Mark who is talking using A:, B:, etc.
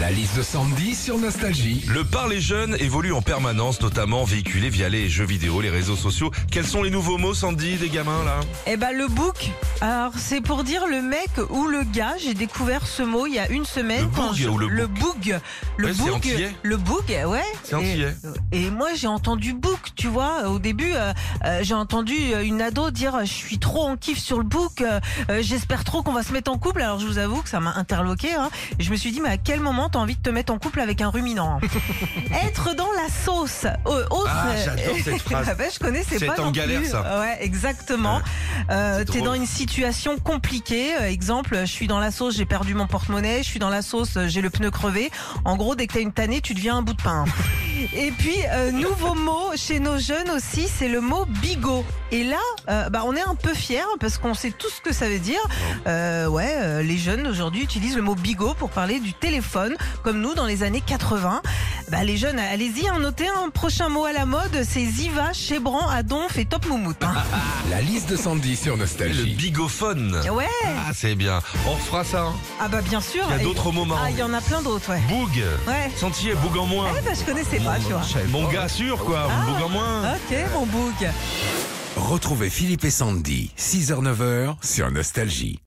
A: La liste de Sandy sur Nostalgie.
B: Le parler jeune évolue en permanence, notamment véhiculé via les jeux vidéo, les réseaux sociaux. Quels sont les nouveaux mots, Sandy, des gamins là
C: Eh ben le book, alors c'est pour dire le mec ou le gars. J'ai découvert ce mot il y a une semaine.
B: Le boug ou le
C: le boug, le
B: Ouais, c'est
C: boug,
B: antillais.
C: le boug, ouais.
B: C'est antillais.
C: Et, et moi j'ai entendu book, tu vois. Au début, euh, euh, j'ai entendu euh, une ado dire je suis trop en kiff sur le book. euh, euh, J'espère trop qu'on va se mettre en couple. Alors je vous avoue que ça m'a interloqué. Hein. Et je me suis dit mais à quel moment t'as envie de te mettre en couple avec un ruminant hein Être dans la sauce. Euh, autre,
B: Ah, j'adore cette phrase.
C: Ah ben, je connais ces
B: C'est
C: pas
B: en
C: non
B: galère,
C: plus.
B: ça.
C: Ouais, exactement. Euh,
B: c'est
C: T'es
B: drôle.
C: dans une situation compliquée. Euh, exemple, je suis dans la sauce, j'ai perdu mon porte-monnaie. Je suis dans la sauce, euh, j'ai le pneu crevé. En gros, dès que t'as une tannée, tu deviens un bout de pain. Et puis, euh, nouveau mot chez nos jeunes aussi, c'est le mot bigot. Et là, euh, bah, on est un peu fiers parce qu'on sait tout ce que ça veut dire. Euh, ouais, euh, les jeunes aujourd'hui utilisent le mot bigot pour parler du téléphone, comme nous dans les années 80. Bah, les jeunes, allez-y, hein, notez un prochain mot à la mode, c'est Ziva, Chebran, Adonf et Top Moumout. hein.
B: Ah.
A: La liste de Sandy sur
B: Le
A: Nostalgie.
B: bigophone.
C: Ouais,
B: Ah, c'est bien. On refera ça. hein.
C: ah bah bien sûr.
B: Il y a
C: Et-
B: d'autres mots marrants.
C: Ah, il y en a plein d'autres, ouais.
B: Boug.
C: Ouais.
B: Sentier, boug en moins.
C: Ah bah, je connaissais pas, Ah. tu vois.
B: Mon gars sûr, quoi. Boug en moins.
C: Ok, mon bouc.
A: Retrouvez Philippe et Sandy, 6h-9h sur Nostalgie.